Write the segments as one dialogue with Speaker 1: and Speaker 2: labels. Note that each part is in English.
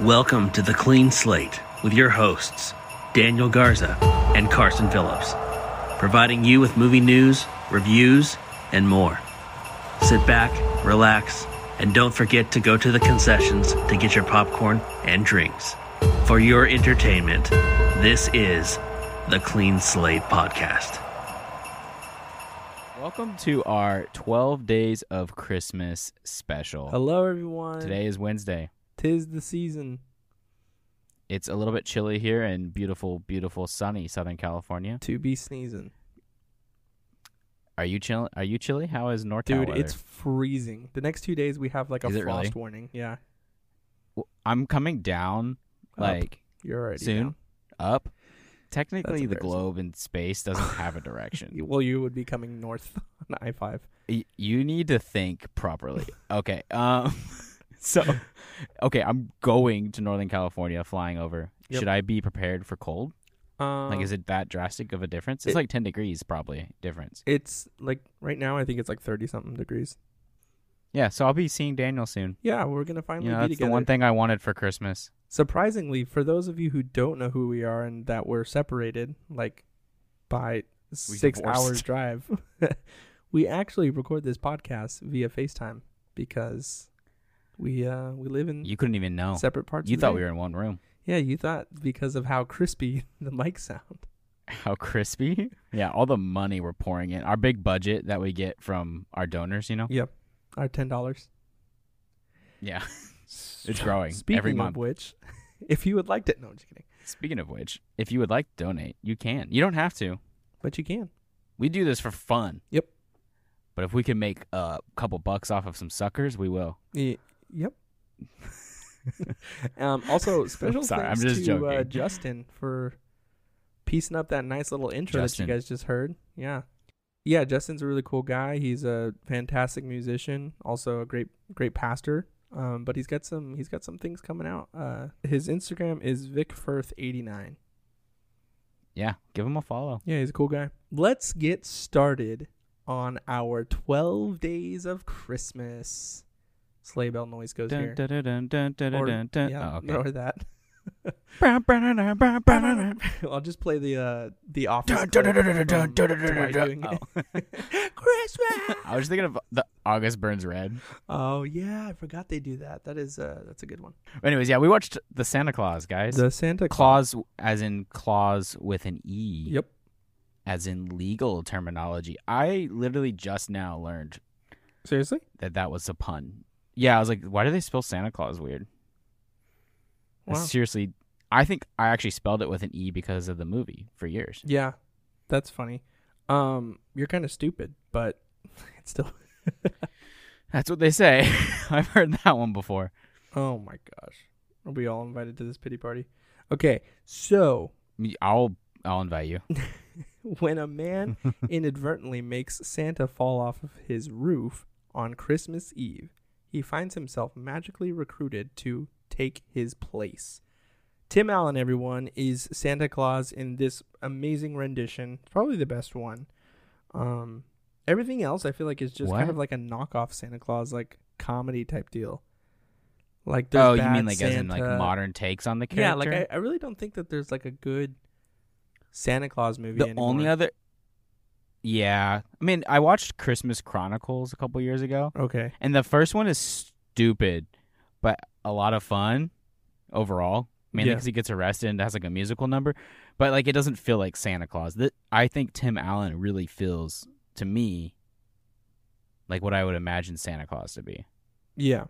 Speaker 1: Welcome to The Clean Slate with your hosts, Daniel Garza and Carson Phillips, providing you with movie news, reviews, and more. Sit back, relax, and don't forget to go to the concessions to get your popcorn and drinks. For your entertainment, this is The Clean Slate Podcast.
Speaker 2: Welcome to our 12 Days of Christmas special.
Speaker 3: Hello, everyone.
Speaker 2: Today is Wednesday.
Speaker 3: tis the season.
Speaker 2: It's a little bit chilly here in beautiful, beautiful sunny Southern California.
Speaker 3: to be sneezing.
Speaker 2: Are you chill? Are you chilly? How is North?
Speaker 3: Dude, it's freezing. The next two days we have like a
Speaker 2: Is
Speaker 3: frost
Speaker 2: it really?
Speaker 3: warning. Yeah,
Speaker 2: I'm coming down
Speaker 3: Up.
Speaker 2: like
Speaker 3: you're already
Speaker 2: soon
Speaker 3: down.
Speaker 2: up. Technically, the
Speaker 3: embarrassing.
Speaker 2: globe in space doesn't have a direction.
Speaker 3: You- Well, you would be coming north on I five.
Speaker 2: Y- you need to think properly. Okay. Um. So, okay, I'm going to Northern California, flying over.
Speaker 3: Yep.
Speaker 2: Should I be prepared for cold?
Speaker 3: Um,
Speaker 2: Like, is it that drastic of a difference? It's
Speaker 3: it-
Speaker 2: like 10 degrees, probably, difference.
Speaker 3: It's like right now. I think it's like thirty something degrees.
Speaker 2: Yeah, so I'll be seeing Daniel soon.
Speaker 3: Yeah, we're gonna finally
Speaker 2: You know,
Speaker 3: be
Speaker 2: that's the
Speaker 3: together.
Speaker 2: one thing I wanted for Christmas.
Speaker 3: Surprisingly, for those of you who don't know who we are and that we're separated, like by six
Speaker 2: divorced.
Speaker 3: hours drive, we actually record this podcast via FaceTime because we uh we live in
Speaker 2: You couldn't even know.
Speaker 3: separate parts.
Speaker 2: You
Speaker 3: of the
Speaker 2: thought
Speaker 3: day.
Speaker 2: we were in one room.
Speaker 3: Yeah, you thought because of how crispy the mic sound.
Speaker 2: How crispy. Yeah, all the money we're pouring in. Our big budget that we get from our donors, you know?
Speaker 3: Yep, our ten dollars.
Speaker 2: Yeah. it's growing
Speaker 3: Speaking
Speaker 2: every
Speaker 3: of
Speaker 2: month.
Speaker 3: which, if you would like to, no, I'm just kidding.
Speaker 2: Speaking of which, if you would like to donate, you can. You don't have to.
Speaker 3: But you can.
Speaker 2: We do this for fun.
Speaker 3: Yep.
Speaker 2: But if we can make a couple bucks off of some suckers, we will.
Speaker 3: Y- yep. um, also, special
Speaker 2: sorry, I'm
Speaker 3: thanks
Speaker 2: just
Speaker 3: to uh,
Speaker 2: joking.
Speaker 3: Justin for piecing up that nice little intro
Speaker 2: Justin.
Speaker 3: that you guys just heard. Yeah, yeah, Justin's a really cool guy. He's a fantastic musician, also a great great pastor. Um, but he's got some he's got some things coming out. Uh, his Instagram is vicfirth89.
Speaker 2: Yeah, give them a follow.
Speaker 3: Yeah, he's a cool guy. Let's get started on our 12 days of Christmas. Sleigh bell noise goes here.
Speaker 2: Dun, dun, dun, dun, dun, dun,
Speaker 3: Or-
Speaker 2: dun, dun.
Speaker 3: yeah,
Speaker 2: Oh, okay.
Speaker 3: or that.
Speaker 2: Bah, bah, nah, nah, bah, bah, nah, nah.
Speaker 3: I'll just play the uh, the office.
Speaker 2: Dun,
Speaker 3: clip
Speaker 2: dun, dun, dun,
Speaker 3: from
Speaker 2: dun, dun, dun, dun,
Speaker 3: Dwight
Speaker 2: dun.
Speaker 3: doing
Speaker 2: Oh.
Speaker 3: it. Christmas.
Speaker 2: I was thinking of the August Burns Red.
Speaker 3: Oh yeah, I forgot they do that. That is uh, that's a good one.
Speaker 2: Anyways, yeah, we watched the Santa Claus guys.
Speaker 3: The Santa
Speaker 2: Claus, as in clause with an e.
Speaker 3: Yep.
Speaker 2: As in legal terminology. I literally just now learned
Speaker 3: Seriously?
Speaker 2: that that was a pun. Yeah, I was like, why do they spell Santa Claus weird? I
Speaker 3: Wow.
Speaker 2: Seriously, I think I actually spelled it with an e because of the movie for years.
Speaker 3: Yeah, that's funny. Um, you're kind of stupid, but it's still.
Speaker 2: That's what they say. I've heard that one before.
Speaker 3: Oh my gosh. Are we all invited to this pity party? Okay, so
Speaker 2: I'll I'll invite you.
Speaker 3: when a man inadvertently makes Santa fall off of his roof on Christmas Eve, he finds himself magically recruited to take his place. Tim Allen, everyone, is Santa Claus in this amazing rendition. It's Probably the best one. Um, everything else, I feel like, is just
Speaker 2: What?
Speaker 3: kind of like a knockoff Santa Claus, like comedy type deal. Like, there's
Speaker 2: Oh, you mean
Speaker 3: Bad
Speaker 2: like as in like
Speaker 3: Santa.
Speaker 2: modern takes on the character?
Speaker 3: Yeah, like I, I really don't think that there's like a good Santa Claus movie.
Speaker 2: the
Speaker 3: anymore.
Speaker 2: only other yeah i mean i watched christmas chronicles a couple years ago
Speaker 3: okay,
Speaker 2: and the first one is stupid but a lot of fun overall mainly
Speaker 3: Yeah.
Speaker 2: because he gets arrested and has like a musical number but like it doesn't feel like santa claus Th- i think tim allen really feels to me like what i would imagine santa claus to be
Speaker 3: yeah,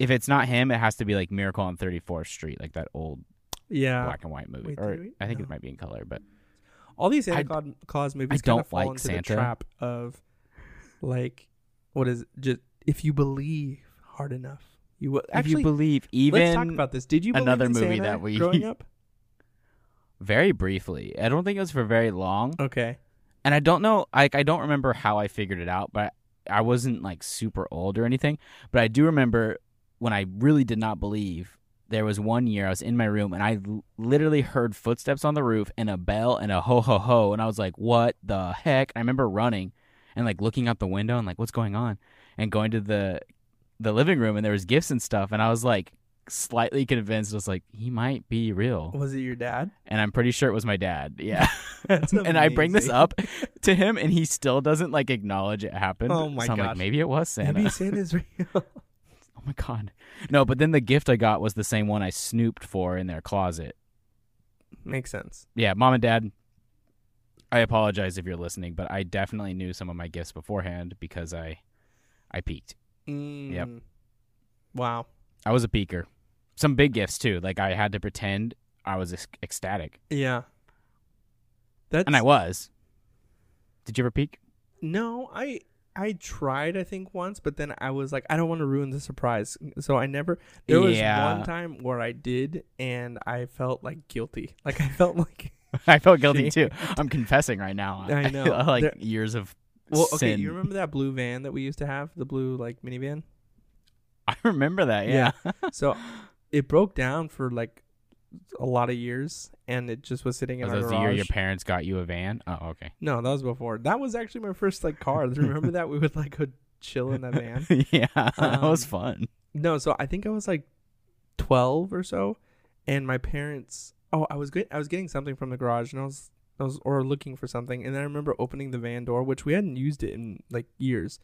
Speaker 2: if it's not him it has to be like miracle on 34th street like that old
Speaker 3: yeah.
Speaker 2: black and white movie
Speaker 3: Uh, wait,
Speaker 2: or
Speaker 3: did we-
Speaker 2: i think
Speaker 3: no.
Speaker 2: it might be in color but
Speaker 3: All these Santa
Speaker 2: I-
Speaker 3: Claus, Claus movies
Speaker 2: don't
Speaker 3: kind of fall
Speaker 2: like
Speaker 3: into
Speaker 2: Santa.
Speaker 3: the trap of like, what is it? just if you believe hard enough, you will. Actually,
Speaker 2: if you believe even
Speaker 3: let's talk about this. Did you believe
Speaker 2: another
Speaker 3: in
Speaker 2: movie
Speaker 3: Santa
Speaker 2: that we-
Speaker 3: growing up?
Speaker 2: very briefly. I don't think it was for very long,
Speaker 3: Okay,
Speaker 2: and I don't know. Like I don't remember how I figured it out, but I wasn't like super old or anything. But I do remember when I really did not believe. There was one year I was in my room and I l- literally heard footsteps on the roof and a bell and a ho ho ho and I was like, "What the heck?" I remember running and like looking out the window and like, "What's going on?" and going to the the living room and there was gifts and stuff and I was like slightly convinced. I was like, he might be real,
Speaker 3: Was it your dad?
Speaker 2: and I'm pretty sure it was my dad. Yeah,
Speaker 3: That's
Speaker 2: and I bring this
Speaker 3: amazing.
Speaker 2: up to him, and he still doesn't like acknowledge it happened.
Speaker 3: Oh my
Speaker 2: so I'm
Speaker 3: gosh.
Speaker 2: like, maybe it was Santa.
Speaker 3: Maybe Santa's real.
Speaker 2: oh my god, no. But then the gift I got was the same one I snooped for in their closet.
Speaker 3: Makes sense.
Speaker 2: yeah, mom and dad, I apologize if you're listening, but I definitely knew some of my gifts beforehand because I I peeked.
Speaker 3: Mm. Wow.
Speaker 2: I was a peeker. Some big gifts too. Like I had to pretend I was ec- ecstatic,
Speaker 3: Yeah. That's
Speaker 2: and I was. Did you ever peek?
Speaker 3: No, I I tried I think once, but then I was like, I don't want to ruin the surprise, so I never. There was
Speaker 2: Yeah.
Speaker 3: one time where I did, and I felt like guilty. Like I felt like
Speaker 2: I felt guilty too. I'm confessing right now.
Speaker 3: I know.
Speaker 2: like
Speaker 3: There-
Speaker 2: years of
Speaker 3: well, okay.
Speaker 2: sin.
Speaker 3: You remember that blue van that we used to have, the blue like minivan?
Speaker 2: I remember that. Yeah. Oh,
Speaker 3: So it broke down for like a lot of years, and it just was sitting in
Speaker 2: Was
Speaker 3: our
Speaker 2: that the
Speaker 3: garage.
Speaker 2: year your parents got you a van? Oh, okay.
Speaker 3: no, that was before. That was actually my first like car. remember that we would like go chill in that van.
Speaker 2: yeah, that was
Speaker 3: Um,
Speaker 2: fun.
Speaker 3: No, so I think I was like twelve or so, and my parents. Oh, I was get, I was getting something from the garage, and I was I was or looking for something, and then I remember opening the van door, which we hadn't used it in like years,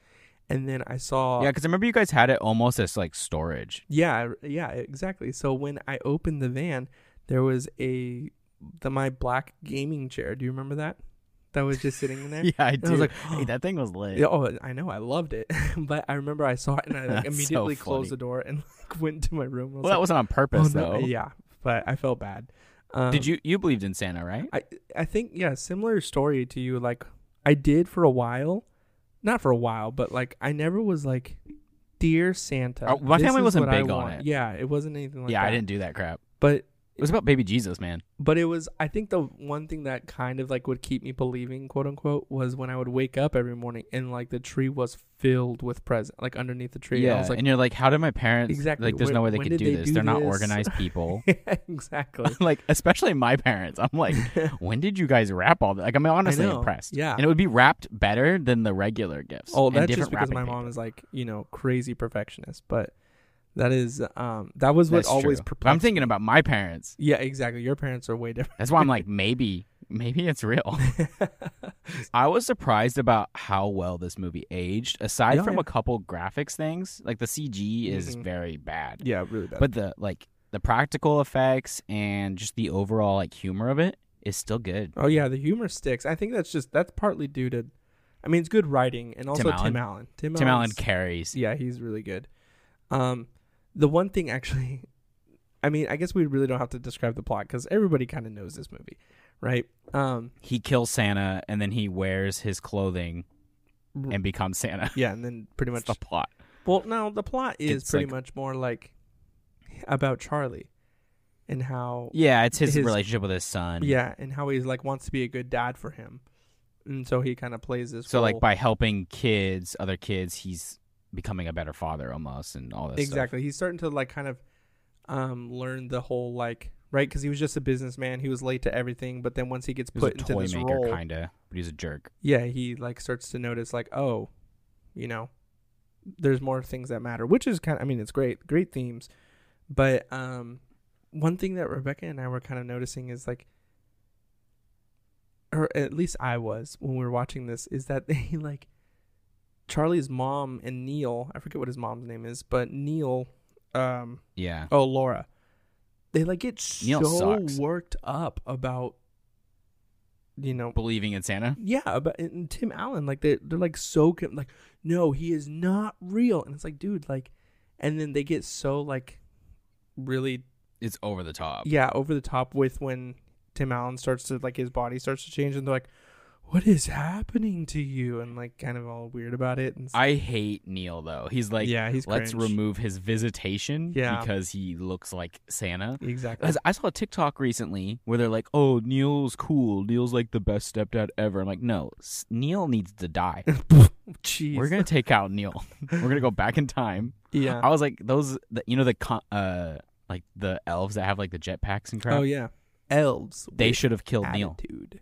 Speaker 3: and then I saw
Speaker 2: Yeah, because I remember you guys had it almost as like storage.
Speaker 3: yeah I- yeah exactly. So when I opened the van, there was a the my black gaming chair. Do you remember that? That was just sitting in there.
Speaker 2: yeah, I
Speaker 3: And I
Speaker 2: do.
Speaker 3: was like,
Speaker 2: hey, that thing was lit.
Speaker 3: Yeah, oh, I know, I loved it, but I remember I saw it and I like,
Speaker 2: That's so
Speaker 3: immediately
Speaker 2: funny.
Speaker 3: closed the door and like went to my room. and I
Speaker 2: well,
Speaker 3: was like, oh,
Speaker 2: that wasn't on purpose, though.
Speaker 3: Yeah, but I felt bad. Um,
Speaker 2: Did you you believed in Santa, right?
Speaker 3: I I think yeah, similar story to you. Like I did for a while, not for a while, but like I never was like, dear Santa.
Speaker 2: Oh, my
Speaker 3: this
Speaker 2: family
Speaker 3: is
Speaker 2: wasn't
Speaker 3: what I
Speaker 2: big on
Speaker 3: want."
Speaker 2: it.
Speaker 3: Yeah, it wasn't anything like
Speaker 2: yeah,
Speaker 3: that.
Speaker 2: I didn't do that crap.
Speaker 3: But
Speaker 2: It was about baby Jesus, man.
Speaker 3: but it was I think the one thing that kind of like would keep me believing, quote unquote, was when I would wake up every morning and like the tree was filled with present, like underneath the tree. And I was like,
Speaker 2: and you're like, how did my parents?
Speaker 3: Exactly.
Speaker 2: Like, there's no
Speaker 3: Wh-
Speaker 2: way they
Speaker 3: when
Speaker 2: could
Speaker 3: did
Speaker 2: do
Speaker 3: they
Speaker 2: this.
Speaker 3: do
Speaker 2: They're not
Speaker 3: this?
Speaker 2: organized people.
Speaker 3: exactly.
Speaker 2: like, especially my parents. I'm like, when did you guys wrap all that? Like, I'm honestly
Speaker 3: know.
Speaker 2: impressed.
Speaker 3: Yeah.
Speaker 2: and it would be wrapped better than the regular gifts.
Speaker 3: Oh,
Speaker 2: and
Speaker 3: that's
Speaker 2: different
Speaker 3: just because
Speaker 2: wrapping
Speaker 3: my mom
Speaker 2: paper.
Speaker 3: is like, you know, crazy perfectionist. But that is, um, that was what
Speaker 2: That's
Speaker 3: always
Speaker 2: true. But
Speaker 3: perplexed.
Speaker 2: I'm thinking about my parents.
Speaker 3: yeah, exactly. Your parents are way different.
Speaker 2: That's why I'm like, maybe, maybe it's real. I was surprised about how well this movie aged. Aside
Speaker 3: Yeah,
Speaker 2: from
Speaker 3: yeah.
Speaker 2: a couple graphics things, like the CG is
Speaker 3: Mhm.
Speaker 2: very bad,
Speaker 3: yeah, really bad.
Speaker 2: but the like the practical effects and just the overall like humor of it is still good.
Speaker 3: oh yeah, the humor sticks. I think that's just that's partly due to, I mean, it's good writing and also Tim Allen.
Speaker 2: Allen.
Speaker 3: Tim Allen.
Speaker 2: Tim Allen
Speaker 3: Allen's-
Speaker 2: carries.
Speaker 3: Yeah, he's really good. Um, the one thing actually, I mean, I guess we really don't have to describe the plot because everybody kind of knows this movie, right? Um,
Speaker 2: He kills Santa and then he wears his clothing
Speaker 3: R-
Speaker 2: and becomes Santa.
Speaker 3: yeah, and then pretty
Speaker 2: That's
Speaker 3: much
Speaker 2: the plot.
Speaker 3: Well, no, the plot is
Speaker 2: It's
Speaker 3: pretty
Speaker 2: like-
Speaker 3: much more like about Charlie and how
Speaker 2: Yeah, it's his,
Speaker 3: His-
Speaker 2: relationship with his son.
Speaker 3: yeah, and how he's like wants to be a good dad for him. And so he kind of plays this
Speaker 2: So like
Speaker 3: role-
Speaker 2: by helping kids, other kids, he's becoming a better father almost and all this stuff.
Speaker 3: Exactly. He's starting to like kind of um learn the whole like right cuz he was just a businessman, he was late to everything, but then once he gets
Speaker 2: He was
Speaker 3: put
Speaker 2: a
Speaker 3: into
Speaker 2: toy
Speaker 3: this
Speaker 2: maker
Speaker 3: role,
Speaker 2: kinda, but he's a jerk.
Speaker 3: yeah, he like starts to notice like, oh, you know, there's more things that matter, which is kind of, I mean, it's great, great themes, but um, one thing that Rebecca and I were kind of noticing is like, or at least I was when we were watching this, is that they like Charlie's mom and Neil, I forget what his mom's name is, but Neil, um,
Speaker 2: Yeah.
Speaker 3: oh Laura, they like get
Speaker 2: Neil
Speaker 3: so
Speaker 2: sucks.
Speaker 3: worked up about, you know,
Speaker 2: Believing in Santa?
Speaker 3: yeah, but and Tim Allen, like they they're like so con- like no, he is not real, and it's like dude, like, and then they get so like really
Speaker 2: It's over the top.
Speaker 3: yeah over the top with when Tim Allen starts to like his body starts to change, and they're like, what is happening to you, and like kind of all weird about it, and s-
Speaker 2: I hate Neil though. He's like,
Speaker 3: yeah, he's
Speaker 2: let's
Speaker 3: cringe.
Speaker 2: remove his visitation
Speaker 3: Yeah.
Speaker 2: because he looks like Santa.
Speaker 3: exactly
Speaker 2: 'Cause I saw a TikTok recently where they're like, "Oh, Neil's cool. Neil's like the best stepdad ever." I'm like, "No, s- Neil needs to die.
Speaker 3: jeez
Speaker 2: We're gonna take out Neil. We're gonna go back in time."
Speaker 3: yeah
Speaker 2: I was like, "Those, the, you know, the con- uh, like the elves that have like the jetpacks and crap.
Speaker 3: oh yeah elves
Speaker 2: They
Speaker 3: with
Speaker 2: should have killed Neil.
Speaker 3: attitude.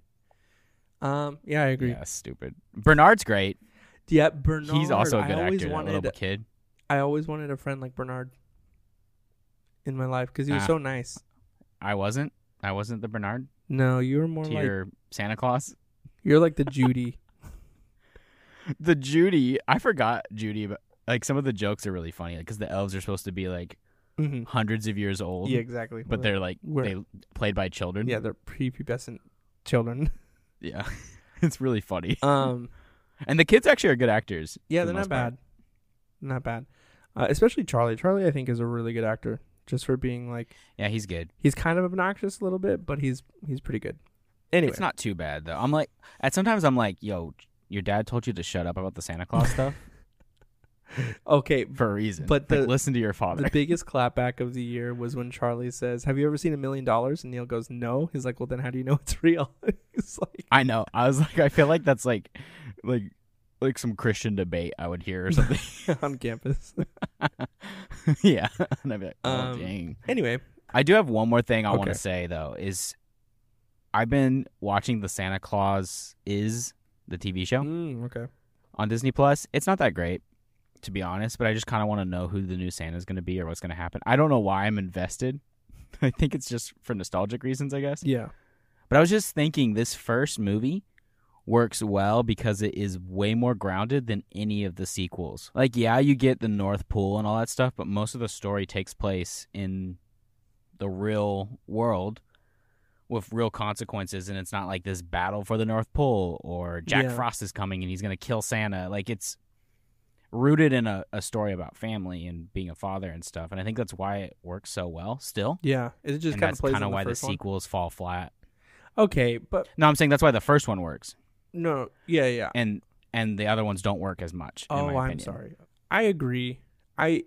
Speaker 3: Um. Yeah, I agree. Yeah,
Speaker 2: Yeah, stupid. Bernard's great.
Speaker 3: Bernard.
Speaker 2: He's also a good
Speaker 3: I always
Speaker 2: actor. That
Speaker 3: Wanted,
Speaker 2: little kid.
Speaker 3: I always wanted a friend like Bernard. in my life because he was
Speaker 2: Ah.
Speaker 3: so nice.
Speaker 2: I wasn't. I wasn't the Bernard
Speaker 3: No, you were more
Speaker 2: to
Speaker 3: like
Speaker 2: your Santa Claus.
Speaker 3: you're like the Judy.
Speaker 2: The Judy. I forgot Judy, but like some of the jokes are really funny because the elves are supposed to be like
Speaker 3: Mhm.
Speaker 2: hundreds of years old.
Speaker 3: Yeah, exactly.
Speaker 2: But they're like
Speaker 3: We're-
Speaker 2: they played by children.
Speaker 3: yeah, they're prepubescent children.
Speaker 2: Yeah. it's really funny.
Speaker 3: Um,
Speaker 2: And the kids actually are good actors.
Speaker 3: yeah,
Speaker 2: for the
Speaker 3: they're not
Speaker 2: most part.
Speaker 3: bad, not bad. Uh, especially Charlie. Charlie, I think, is a really good actor just for being like
Speaker 2: Yeah, he's good.
Speaker 3: he's kind of obnoxious a little bit, but he's he's pretty good. Anyway,
Speaker 2: It's not too bad though. I'm like at sometimes I'm like, yo, your dad told you to shut up about the Santa Claus stuff
Speaker 3: okay.
Speaker 2: for a reason.
Speaker 3: But
Speaker 2: Like,
Speaker 3: the-
Speaker 2: listen to your father.
Speaker 3: The biggest clapback of the year was when Charlie says, "Have you ever seen a million dollars?" And Neil goes, "No." He's like, "Well, then how do you know it's real?" he's like,
Speaker 2: I know. I was like I feel like that's like like like some Christian debate I would hear or something.
Speaker 3: on campus.
Speaker 2: yeah. And I'd be like, oh,
Speaker 3: Um,
Speaker 2: dang.
Speaker 3: anyway,
Speaker 2: I do have one more thing I want
Speaker 3: Okay.
Speaker 2: to say though is I've been watching the Santa Claus is the TV show
Speaker 3: Mm, okay.
Speaker 2: on Disney Plus. It's not that great to be honest, but I just kind of want to know who the new Santa is going to be or what's going to happen. I don't know why I'm invested. I think it's just for nostalgic reasons, I guess.
Speaker 3: Yeah.
Speaker 2: But I was just thinking this first movie works well because it is way more grounded than any of the sequels. Like, yeah, you get the North Pole and all that stuff, but most of the story takes place in the real world with real consequences. And it's not like this battle for the North Pole or Jack
Speaker 3: Yeah.
Speaker 2: Frost is coming and he's going to kill Santa. Like, it's rooted in a, a story about family and being a father and stuff. And I think that's why it works so well still.
Speaker 3: Yeah. It
Speaker 2: and
Speaker 3: just kind of
Speaker 2: that's
Speaker 3: plays
Speaker 2: kind
Speaker 3: on
Speaker 2: of
Speaker 3: the
Speaker 2: why the
Speaker 3: first one.
Speaker 2: sequels fall flat.
Speaker 3: Okay, but
Speaker 2: No, I'm saying that's why the first one works,
Speaker 3: no. Yeah, yeah.
Speaker 2: and and the other ones don't work as much. in
Speaker 3: Oh,
Speaker 2: my
Speaker 3: I'm
Speaker 2: opinion.
Speaker 3: sorry. I agree. I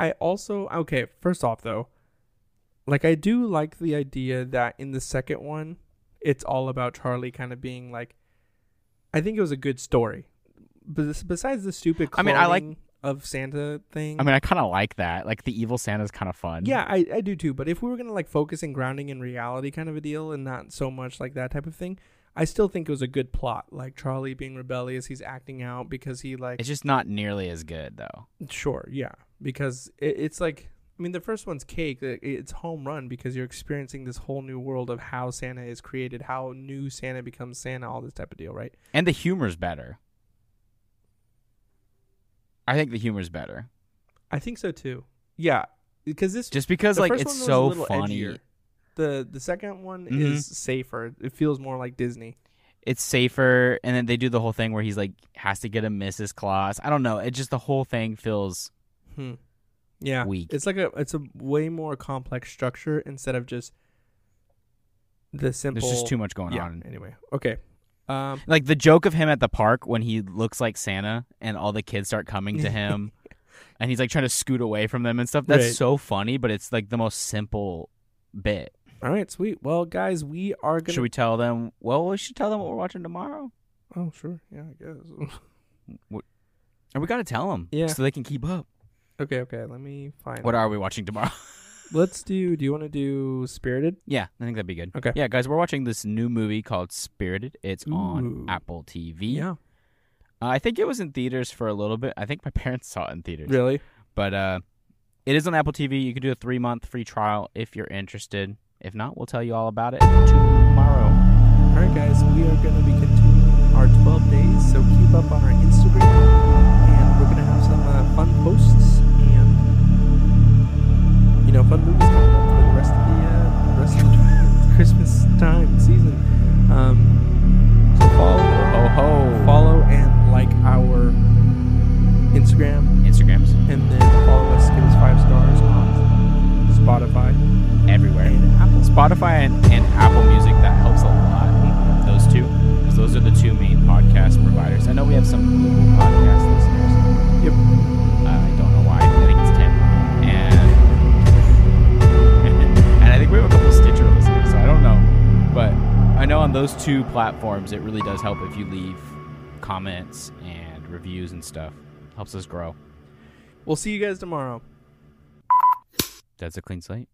Speaker 3: I also okay, first off though, like I do like the idea that in the second one, it's all about Charlie kind of being like I think it was a good story. Bes- besides the stupid
Speaker 2: I mean, I like-
Speaker 3: cloning of Santa thing.
Speaker 2: I mean, I kind of like that. Like the evil Santa's kind of fun.
Speaker 3: yeah, I, I do too. But if we were gonna like focus and grounding in reality kind of a deal and not so much like that type of thing, I still think it was a good plot. Like Charlie being rebellious, he's acting out because he like
Speaker 2: it's just not nearly as good though.
Speaker 3: Sure, yeah, because it, it's like I mean the first one's cake. It- It's home run because you're experiencing this whole new world of how Santa is created, how new Santa becomes Santa, all this type of deal, right?
Speaker 2: And the humor's better. I think the humor's better,
Speaker 3: I think so too. Yeah, because this
Speaker 2: just because
Speaker 3: the
Speaker 2: like
Speaker 3: first
Speaker 2: it's
Speaker 3: one was a
Speaker 2: so
Speaker 3: little
Speaker 2: funny.
Speaker 3: edgier. The the second one
Speaker 2: Mhm.
Speaker 3: is safer. It feels more like Disney.
Speaker 2: It's safer, and then they do the whole thing where he's like has to get a Mrs. Claus. I don't know. It just the whole thing feels
Speaker 3: Hmm. Yeah,
Speaker 2: Weak.
Speaker 3: It's like a it's a way more complex structure instead of just the simple.
Speaker 2: there's just too much going
Speaker 3: yeah.
Speaker 2: on.
Speaker 3: Anyway, okay. Um,
Speaker 2: Like the joke of him at the park when he looks like Santa and all the kids start coming to him and he's like trying to scoot away from them and stuff. That's
Speaker 3: Right.
Speaker 2: so funny, but it's like the most simple bit.
Speaker 3: all right, sweet. Well, guys, we are gonna
Speaker 2: Should we tell them? Well, we should tell them what we're watching tomorrow.
Speaker 3: Oh, sure. Yeah, I guess.
Speaker 2: And we got to tell them
Speaker 3: Yeah.
Speaker 2: so they can keep up.
Speaker 3: okay, okay. Let me find.
Speaker 2: What are we watching tomorrow?
Speaker 3: Let's do. Do you want to do Spirited?
Speaker 2: yeah, I think that'd be good.
Speaker 3: Okay.
Speaker 2: Yeah, guys, we're watching this new movie called Spirited. It's
Speaker 3: Ooh.
Speaker 2: on Apple TV. Uh, I think it was in theaters for a little bit. I think my parents saw it in theaters.
Speaker 3: Really?
Speaker 2: But uh, it is on Apple TV. You can do a three month free trial if you're interested. If not, we'll tell you all about it tomorrow.
Speaker 3: All right, guys. We are going to be continuing our 12 days, so keep up on our Instagram, and we're going to have some uh, fun posts and you know fun movies coming up for the rest of the uh, rest of the Christmas time season. Um, so follow,
Speaker 2: Ho Oh, ho.
Speaker 3: follow, and like our Instagram.
Speaker 2: Instagrams
Speaker 3: and then follow us, give us five stars on Spotify
Speaker 2: everywhere.
Speaker 3: and Apple.
Speaker 2: Spotify and, and Apple Music, that helps a lot. Those two. Because those are the two main podcast providers. I know we have some Google podcast listeners.
Speaker 3: Yep.
Speaker 2: Uh, I don't know why. I think it's 10. And, and I think we have a couple Stitcher listeners, so I don't know. But I know on those two platforms, it really does help if you leave comments and reviews and stuff. Helps us grow.
Speaker 3: We'll see you guys tomorrow.
Speaker 2: That's a clean slate.